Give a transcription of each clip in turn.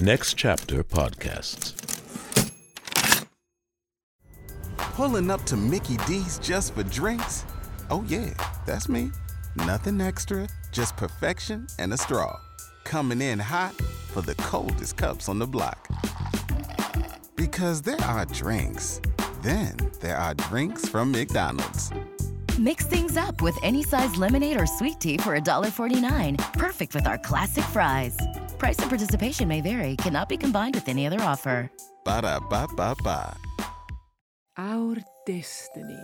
Next Chapter Podcasts. Pulling up to Mickey D's just for drinks? Oh, yeah, that's me. Nothing extra, just perfection and a straw. Coming in hot for the coldest cups on the block. Because there are drinks, then there are drinks from McDonald's. Mix things up with any size lemonade or sweet tea for $1.49. Perfect with our classic fries. Price and participation may vary, cannot be combined with any other offer. Ba da ba ba ba. Our destinies,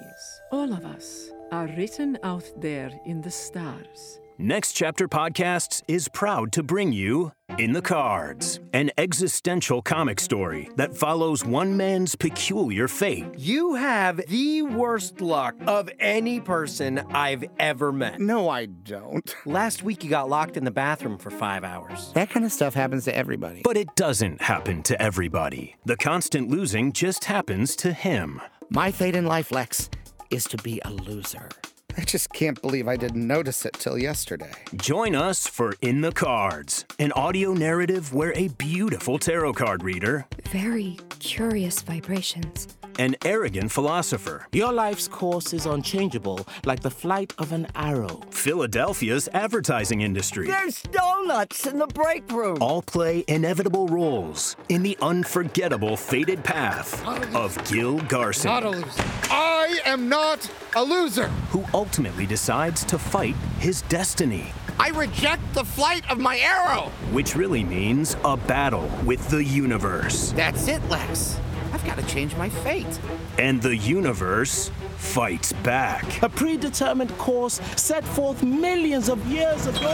all of us, are written out there in the stars. Next Chapter Podcasts is proud to bring you In the Cards, an existential comic story that follows one man's peculiar fate. You have the worst luck of any person I've ever met. No, I don't. Last week, you got locked in the bathroom for five hours. That kind of stuff happens to everybody. But it doesn't happen to everybody. The constant losing just happens to him. My fate in life, Lex, is to be a loser. I just can't believe I didn't notice it till yesterday. Join us for In the Cards, an audio narrative where a beautiful tarot card reader, very curious vibrations. an arrogant philosopher, Your life's course is unchangeable, like the flight of an arrow. Philadelphia's advertising industry. There's donuts in the break room. all play inevitable roles in the unforgettable fated path of Gil Garson, loser. I am not a loser. who ultimately decides to fight his destiny, I reject the flight of my arrow. which really means a battle with the universe. That's it, Lex. I've got to change my fate. And the universe fights back. A predetermined course set forth millions of years ago.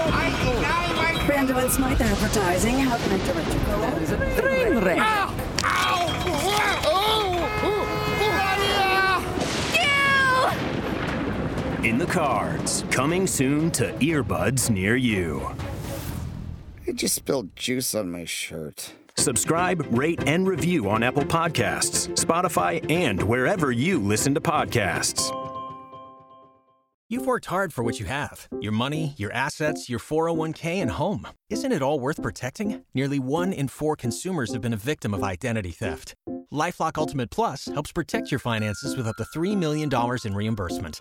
Brandowitz Smythe Advertising. How can I direct you? Train wreck. In the cards, coming soon to earbuds near you. I just spilled juice on my shirt. Subscribe, rate, and review on Apple Podcasts, Spotify, and wherever you listen to podcasts. You've worked hard for what you have your money, your assets, your 401k, and home. Isn't it all worth protecting? Nearly one in four consumers have been a victim of identity theft. Lifelock Ultimate Plus helps protect your finances with up to $3 million in reimbursement.